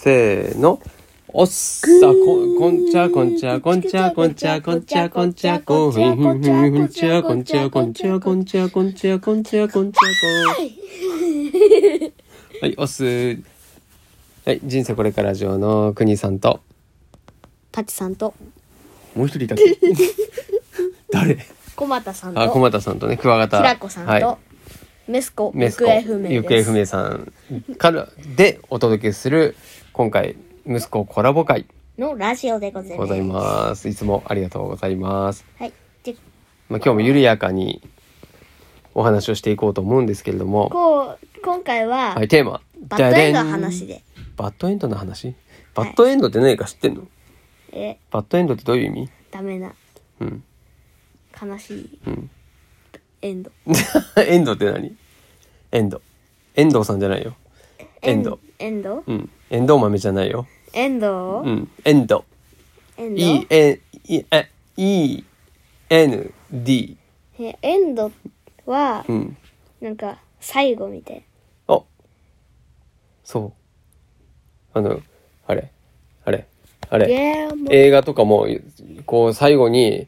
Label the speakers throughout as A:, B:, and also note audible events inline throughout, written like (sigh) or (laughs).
A: せーの。おっさ、こ、こんちゃ、こんちゃ、こんちゃ、こんちゃ、こんちゃ、こんちゃ、こんふんふんふんふんちゃ、こんちゃ、こんちゃ、こんちゃ、こんちゃ、こんちゃ、こんちゃ、こん。はい、おっす。はい、人生これから上の国さんと。
B: パチさんと
A: もう一人いたっけ誰
B: 小俣さん
A: あ、
B: と
A: 駒田さんとね、クワガタ。
B: 平子さん
A: はい
B: とメスコ
A: メ
B: 行
A: スコ
B: 方不明
A: 行方
B: で
A: 不
B: す
A: 明さんからでお届けする今回息子コラボ会
B: のラジオでござ
A: ご
B: います
A: ざいますいつもありがとうございます、
B: はいで
A: まあ、今日も緩やかにお話をしていこうと思うんですけれども、
B: こう今回は
A: はい、テーマ
B: バッドエンドの話
A: じゃ
B: で
A: れんバッドエンドの話バッドエンドって何か知ってんの、
B: え
A: バッドエンドってどういう意味
B: ダメな
A: うん (laughs)
B: 悲しい
A: うん
B: エンド
A: エンドって何エンド遠藤さんじゃないよエンド
B: エンド
A: うんエンドウ豆じゃないよ
B: エンド
A: うんエンド
B: エンド
A: E N E E N D
B: えエンドは
A: うん
B: なんか最後みたい
A: あそうあのあれあれあ
B: い
A: れ
B: やもう
A: 映画とかもこう最後に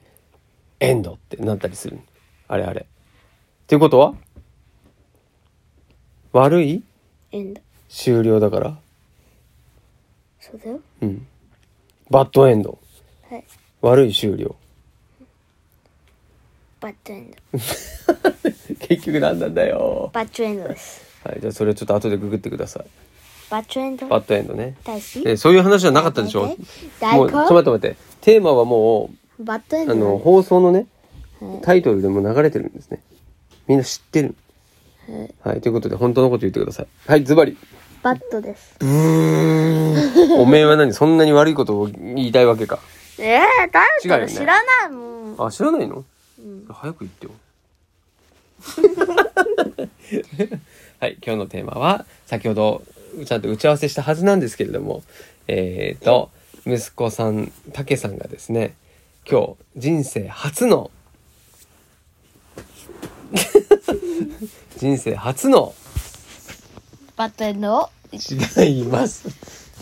A: エンドってなったりするあれあれっていうことは悪い
B: エンド
A: 終了だから
B: そうだよ
A: うんバッドエンド
B: はい
A: 悪い終了 (laughs)
B: バッドエンド
A: 結局何なんだよ
B: バッドエンドです
A: はいじゃあそれちょっと後でググってください
B: バッドエンド
A: バッドエンドね
B: 大好き
A: えーそういう話じゃなかったでしょもう
B: 大
A: ちょっと待
B: 根
A: って待ってテーマはも
B: バッドエン
A: う
B: ド
A: あ
B: なん
A: の
B: だ
A: 放送のね
B: はい
A: タイトルでも流れてるんですねみんな知ってる
B: はい
A: はいということで本当のこと言ってくださいはいズバ
B: (laughs)
A: リ
B: バッドです
A: ブーンおめえは何そんなに悪いことを言いたいわけか
B: ええー、誰
A: 違うよ
B: だ
A: ね
B: 知らないもん
A: あ知らないの、早く言ってよ (laughs) はい今日のテーマは先ほどちゃんと打ち合わせしたはずなんですけれどもえっ、と息子さんたけさんがですね今日人生初の (laughs) 人生初の
B: バッドエンドを
A: 違います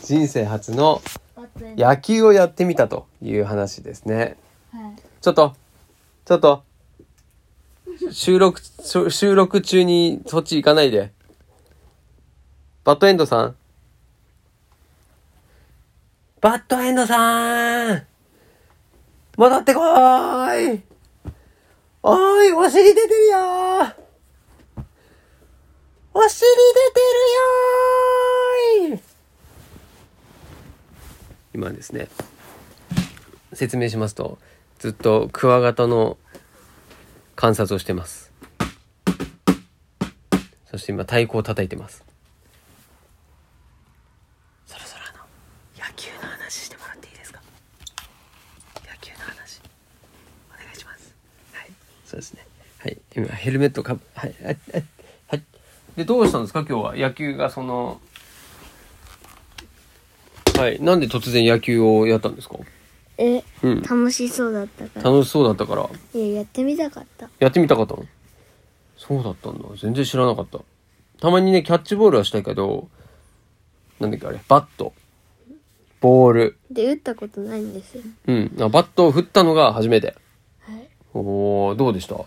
A: 人生初の
B: バッドエンド
A: 野球をやってみたという話ですね
B: はい
A: ちょっと、ちょっと、収録、収収録中にそっち行かないで。バッドエンドさんバッドエンドさん戻ってこーいおーい、お尻出てるよーお尻出てるよーい今ですね、説明しますとずっとクワガタの観察をしてますそして今太鼓を叩いてますそろそろあの野球の話してもらっていいですか野球の話お願いしますはいそうですねはい今ヘルメットかぶはいはいはいはいでどうしたんですか今日は野球がそのはいなんで突然野球をやったんですか
B: え、
A: うん
B: 楽しそうだったから
A: 楽しそうだったから
B: いややってみたかった
A: やってみたかったのそうだったんだ全然知らなかったたまにねキャッチボールはしたいけどなんだっけあれバットボール
B: で打ったことないんですよ
A: うんあバットを振ったのが初めて
B: はい
A: おーどうでしたん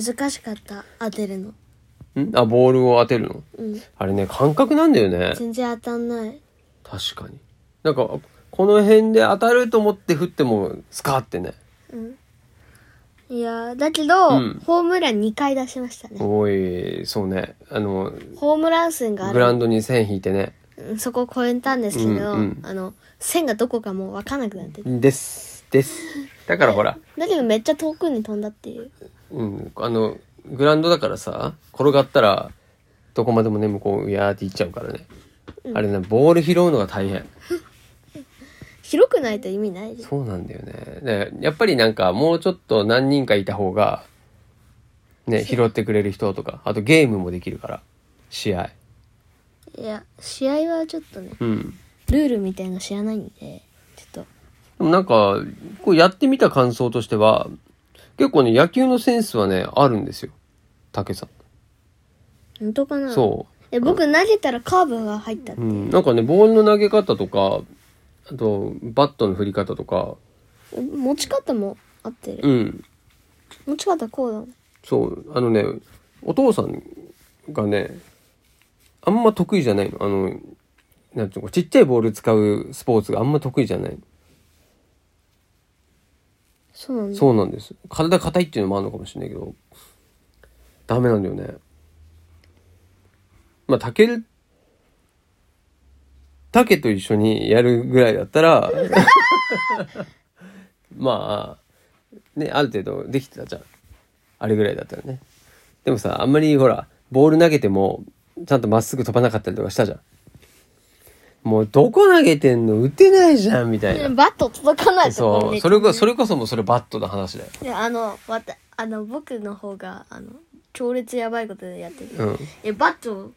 B: 難しかった当てるの
A: あボールを当てるの
B: うん
A: あれね感覚なんだよね
B: 全然当たんない
A: 確かになんかこの辺で当たると思って振ってもスカーってね
B: いやーだけど、
A: うん
B: ホームラン2回出しましたね
A: おいそうねあの
B: ホームラン数がある
A: グラウンドに線引いてね
B: うんそこを超えたんですけど、
A: うんうん
B: あの線がどこかもう分かんなくなってて
A: ですですだからほら
B: だけどめっちゃ遠くに飛んだっていう
A: うん、あの、グラウンドだからさ、転がったら、どこまでもね、向こう、うやーって行っちゃうからね。あれね、ボール拾うのが大変。
B: 広くないと意味ないです
A: そうなんだよね。でやっぱりなんか、もうちょっと何人かいた方が、ね、拾ってくれる人とか、あとゲームもできるから、試合。
B: いや試合はちょっとね
A: うん。
B: ルールみたいの知らないんでちょっと
A: でもなんか、こうやってみた感想としては、結構ね、野球のセンスはね、あるんですよ。竹さん。
B: 本当かな
A: そう。
B: え僕投げたらカーブが入った
A: う。ん、なんかねボールの投げ方とかあとバットの振り方とか
B: 持ち方も合って
A: う
B: る。
A: ん
B: 持ち方こうだもん。
A: そうあのねお父さんがねあんま得意じゃないのあのなんていうのちっちゃいボール使うスポーツがあんま得意じゃない
B: そうなんだ。
A: そうなんです体硬いっていうのもあるのかもしれないけどダメなんだよねまあたけるたけと一緒にやるぐらいだったらまあねある程度できてたじゃんあれぐらいだったらねでもさあんまりほらボール投げてもちゃんとまっすぐ飛ばなかったりとかしたじゃんもうどこ投げてんの打てないじゃんみたいな
B: ねバット届かないところ
A: そう、
B: ね
A: それこ、それこそもうそれバットの話だよ。
B: いやあのわたあの僕の方があの強烈やばいことでやってる、
A: うん。
B: えバットを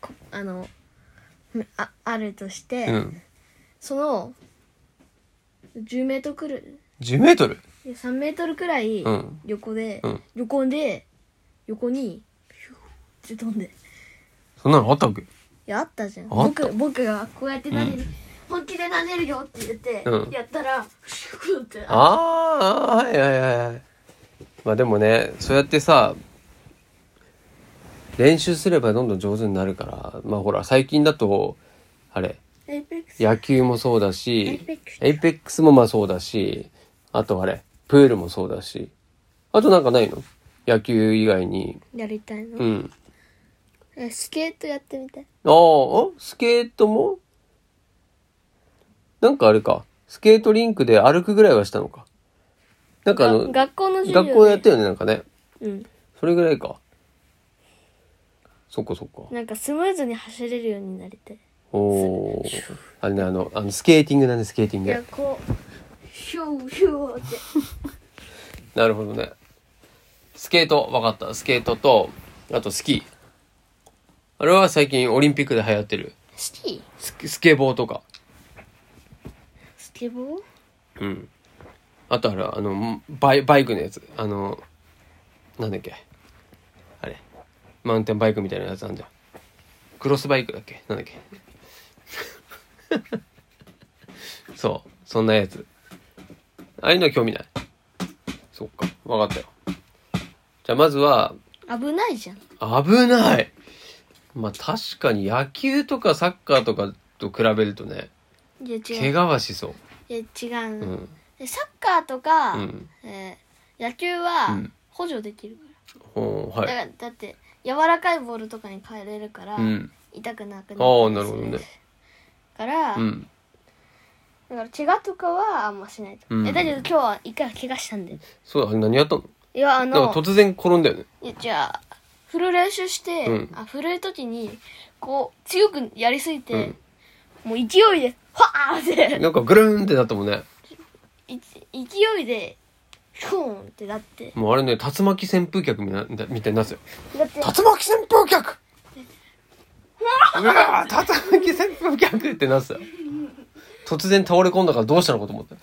B: こあのめああるとして、
A: うん。
B: その10メートルくらい
A: 10メートル
B: いや3メートルくらい
A: うん
B: 横で、
A: うん
B: 横で横にピューって飛んでい
A: そんなのあったっけ
B: やあったじゃん
A: あった
B: 僕僕がこうやって投げる、本気で投げるよって言って、
A: うん
B: やったらシューって
A: ああー、はいはいはいはい。まあでもね、そうやってさ、練習すればどんどん上手になるから、まあほら、最近だと、あれ、
B: エイペックス
A: 野球もそうだ
B: エイ
A: し
B: ペックス、
A: エイペックスもまあそうだし、あとあれ、プールもそうだし、あとなんかないの野球以外に。
B: やりたいの、
A: うん。
B: えスケートやってみたい
A: ああ、スケートもなんかあれか。スケートリンクで歩くぐらいはしたのか。なんかあの、
B: が学校の授業で
A: 学校やったよね、なんかね。
B: うん
A: それぐらいか。そっかそっか。
B: なんかスムーズに走れるようになりたい
A: おおー。あれね、あの、あのスケーティングなんで、スケーティン
B: いや
A: グ。
B: こうヒューヒューって
A: なるほどね。スケート、わかった。スケートと、あとスキー。あれは最近オリンピックで流行ってる。
B: スキー
A: ススケボーとか。
B: スケボー
A: うん。あとあれ、あの、バイ、バイクのやつ。あの、なんだっけ。あれ。マウンテンバイクみたいなやつあんじゃん。クロスバイクだっけなんだっけ。 (laughs) そう。そんなやつ。ああいうのは興味ない。そっか。わかったよ。じゃあまずは、
B: 危ないじゃん
A: 危ないまあ確かに野球とかサッカーとかと比べるとね、
B: いや違
A: 怪
B: う
A: 我はしそ
B: いや違う
A: う。う
B: の、
A: ん。
B: でサッカーとか、
A: うん
B: えー野球
A: う
B: は
A: ん
B: 補助できるか
A: おーは
B: ら、
A: い。
B: だからだって柔らかいボールとかに変えれるから、
A: うん。
B: 痛くなくな
A: ああ、
B: った
A: なる
B: りす
A: ほどね。
B: から、
A: うん。
B: だから怪我とかはあんましないと、
A: うん
B: えだけど今日は一回怪我したんで
A: そうだ、あれ何やったの
B: いやあ
A: なん
B: の
A: か突然転んだよね。
B: いやじゃあ振る練習して、
A: うん
B: あ振る時にこう強くやりすぎて、
A: うん
B: もう勢いではあって
A: なんかぐるーんってなったもんね。
B: い勢いでヒューンってなって
A: もうあれね、竜巻旋風脚みたいな、みたいになってたよ。
B: だって
A: 竜巻旋風脚うわぁ竜巻旋風脚ってなってたよ。突然倒れ込んだからどうしたのかと思った。
B: い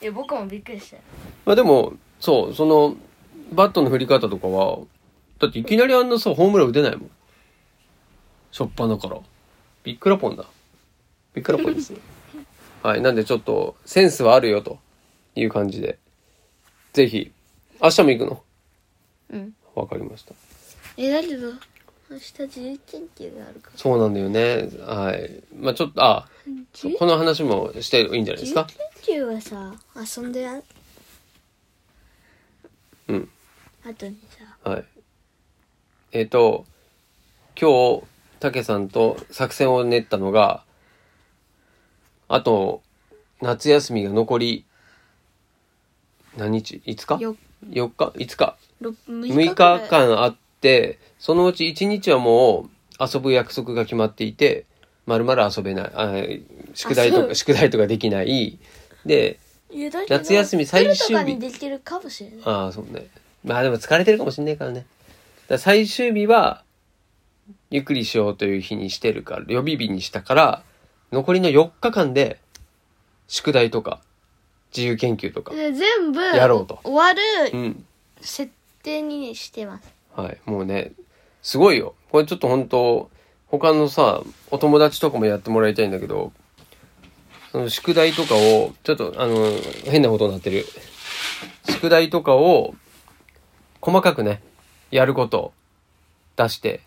B: や僕もびっくりしたよ
A: まあでも、そう、その、バットの振り方とかは、だっていきなりあんなさ、ホームラン打てないもん。しょっぱなから。びっくらぽんだ。びっくらぽんですね。はい。なんでちょっと、センスはあるよ、という感じで。ぜひ、明日も行くの
B: うん
A: わかりました。
B: えだけど明日自由研究があるから
A: そうなんだよね。はい。まあちょっと、あ、
B: 自由
A: この話もしていいんじゃないで
B: 自
A: す
B: 由
A: か
B: 研究はさ遊んでや
A: うん
B: 後にさ
A: はい。えっ、と、今日、たけさんと作戦を練ったのが、あと、夏休みが残り、何日 ?5 日
B: よ
A: ?4 日 ?5 日
B: ろ6
A: ?6 日間あって、そのうち1日はもう遊ぶ約束が決まっていて、まるまる遊べないあ。宿題と
B: 遊ぶ
A: か、宿題とかできない。で、夏
B: 夏
A: 休み最終日
B: とかにできるかもしれない
A: ああそうねまあでも疲れてるかもしんないからねだから最終日はゆっくりしようという日にしてるから予備日にしたから残りの4日間で宿題とか自由研究とか
B: で全部
A: やろうと
B: 終わ
A: う
B: る
A: ん
B: 設定にしてます
A: はいもうねすごいよ。これちょっと本当他のさ、お友達とかもやってもらいたいんだけど、その宿題とかを、ちょっと、あの、変なことになってる。宿題とかを、細かくね、やること、出して、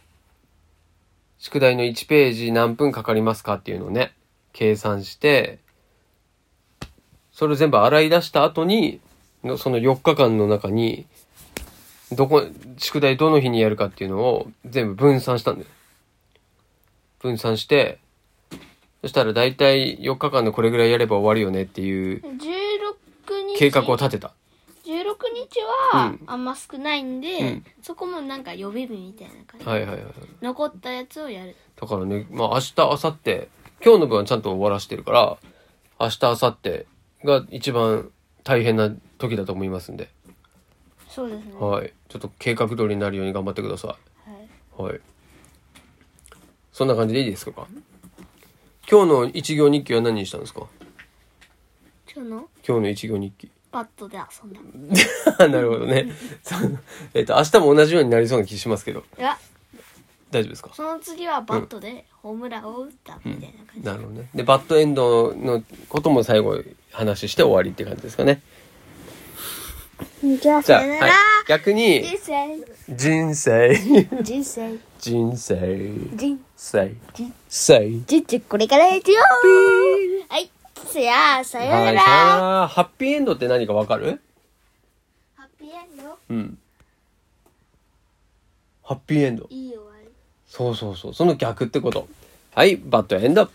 A: 宿題の1ページ何分かかりますかっていうのをね、計算して、それを全部洗い出した後に、のその4日間の中に、どこ、宿題どの日にやるかっていうのを全部分散したんだよ。分散して、そしたら大体4日間のこれぐらいやれば終わるよねっていう
C: 16日
A: 計画を立てた。
C: 16日
A: う
C: は
A: ん
C: あんま少ないんで、
A: うん
C: そこもなんか予備部みたいな感じ
A: はいはいはい。
C: 残ったやつをやる
A: だからね、まあ明日、明後日、今日の分はちゃんと終わらしてるから、明日、明後日が一番大変な時だと思いますんで、
C: そうですねは
A: はい。ちょっと計画通りになるように頑張ってくださ
C: い
A: い。はい。そんな感じでいいですか今日の一行日記は何にしたんですか
C: 今日の
A: 今日の一行日記。
C: バットで遊んだ
A: (laughs) なるほどね。そう (laughs) えっと、明日も同じようになりそうな気しますけど、
C: いや
A: 大丈夫ですか
C: その次はバットでホームランを打ったみたいな感じ、
A: なるほどね。で、バッドエンドのことも最後話して終わりって感じですかね。
B: じゃあ
A: じゃあ、
B: さよな
A: はい
B: ら、
A: 逆に、
B: 人生
A: 人生
B: 人生
A: 人生
B: 人
A: 生生
B: 人生これからやるよはいせやさよ
A: は
B: ないら
A: さよならハッピーエンドって何かわかる
C: ハッピーエンド
A: うんハッピーエンド
C: いい終わり
A: そうそうそうその逆ってことはいバッドエンド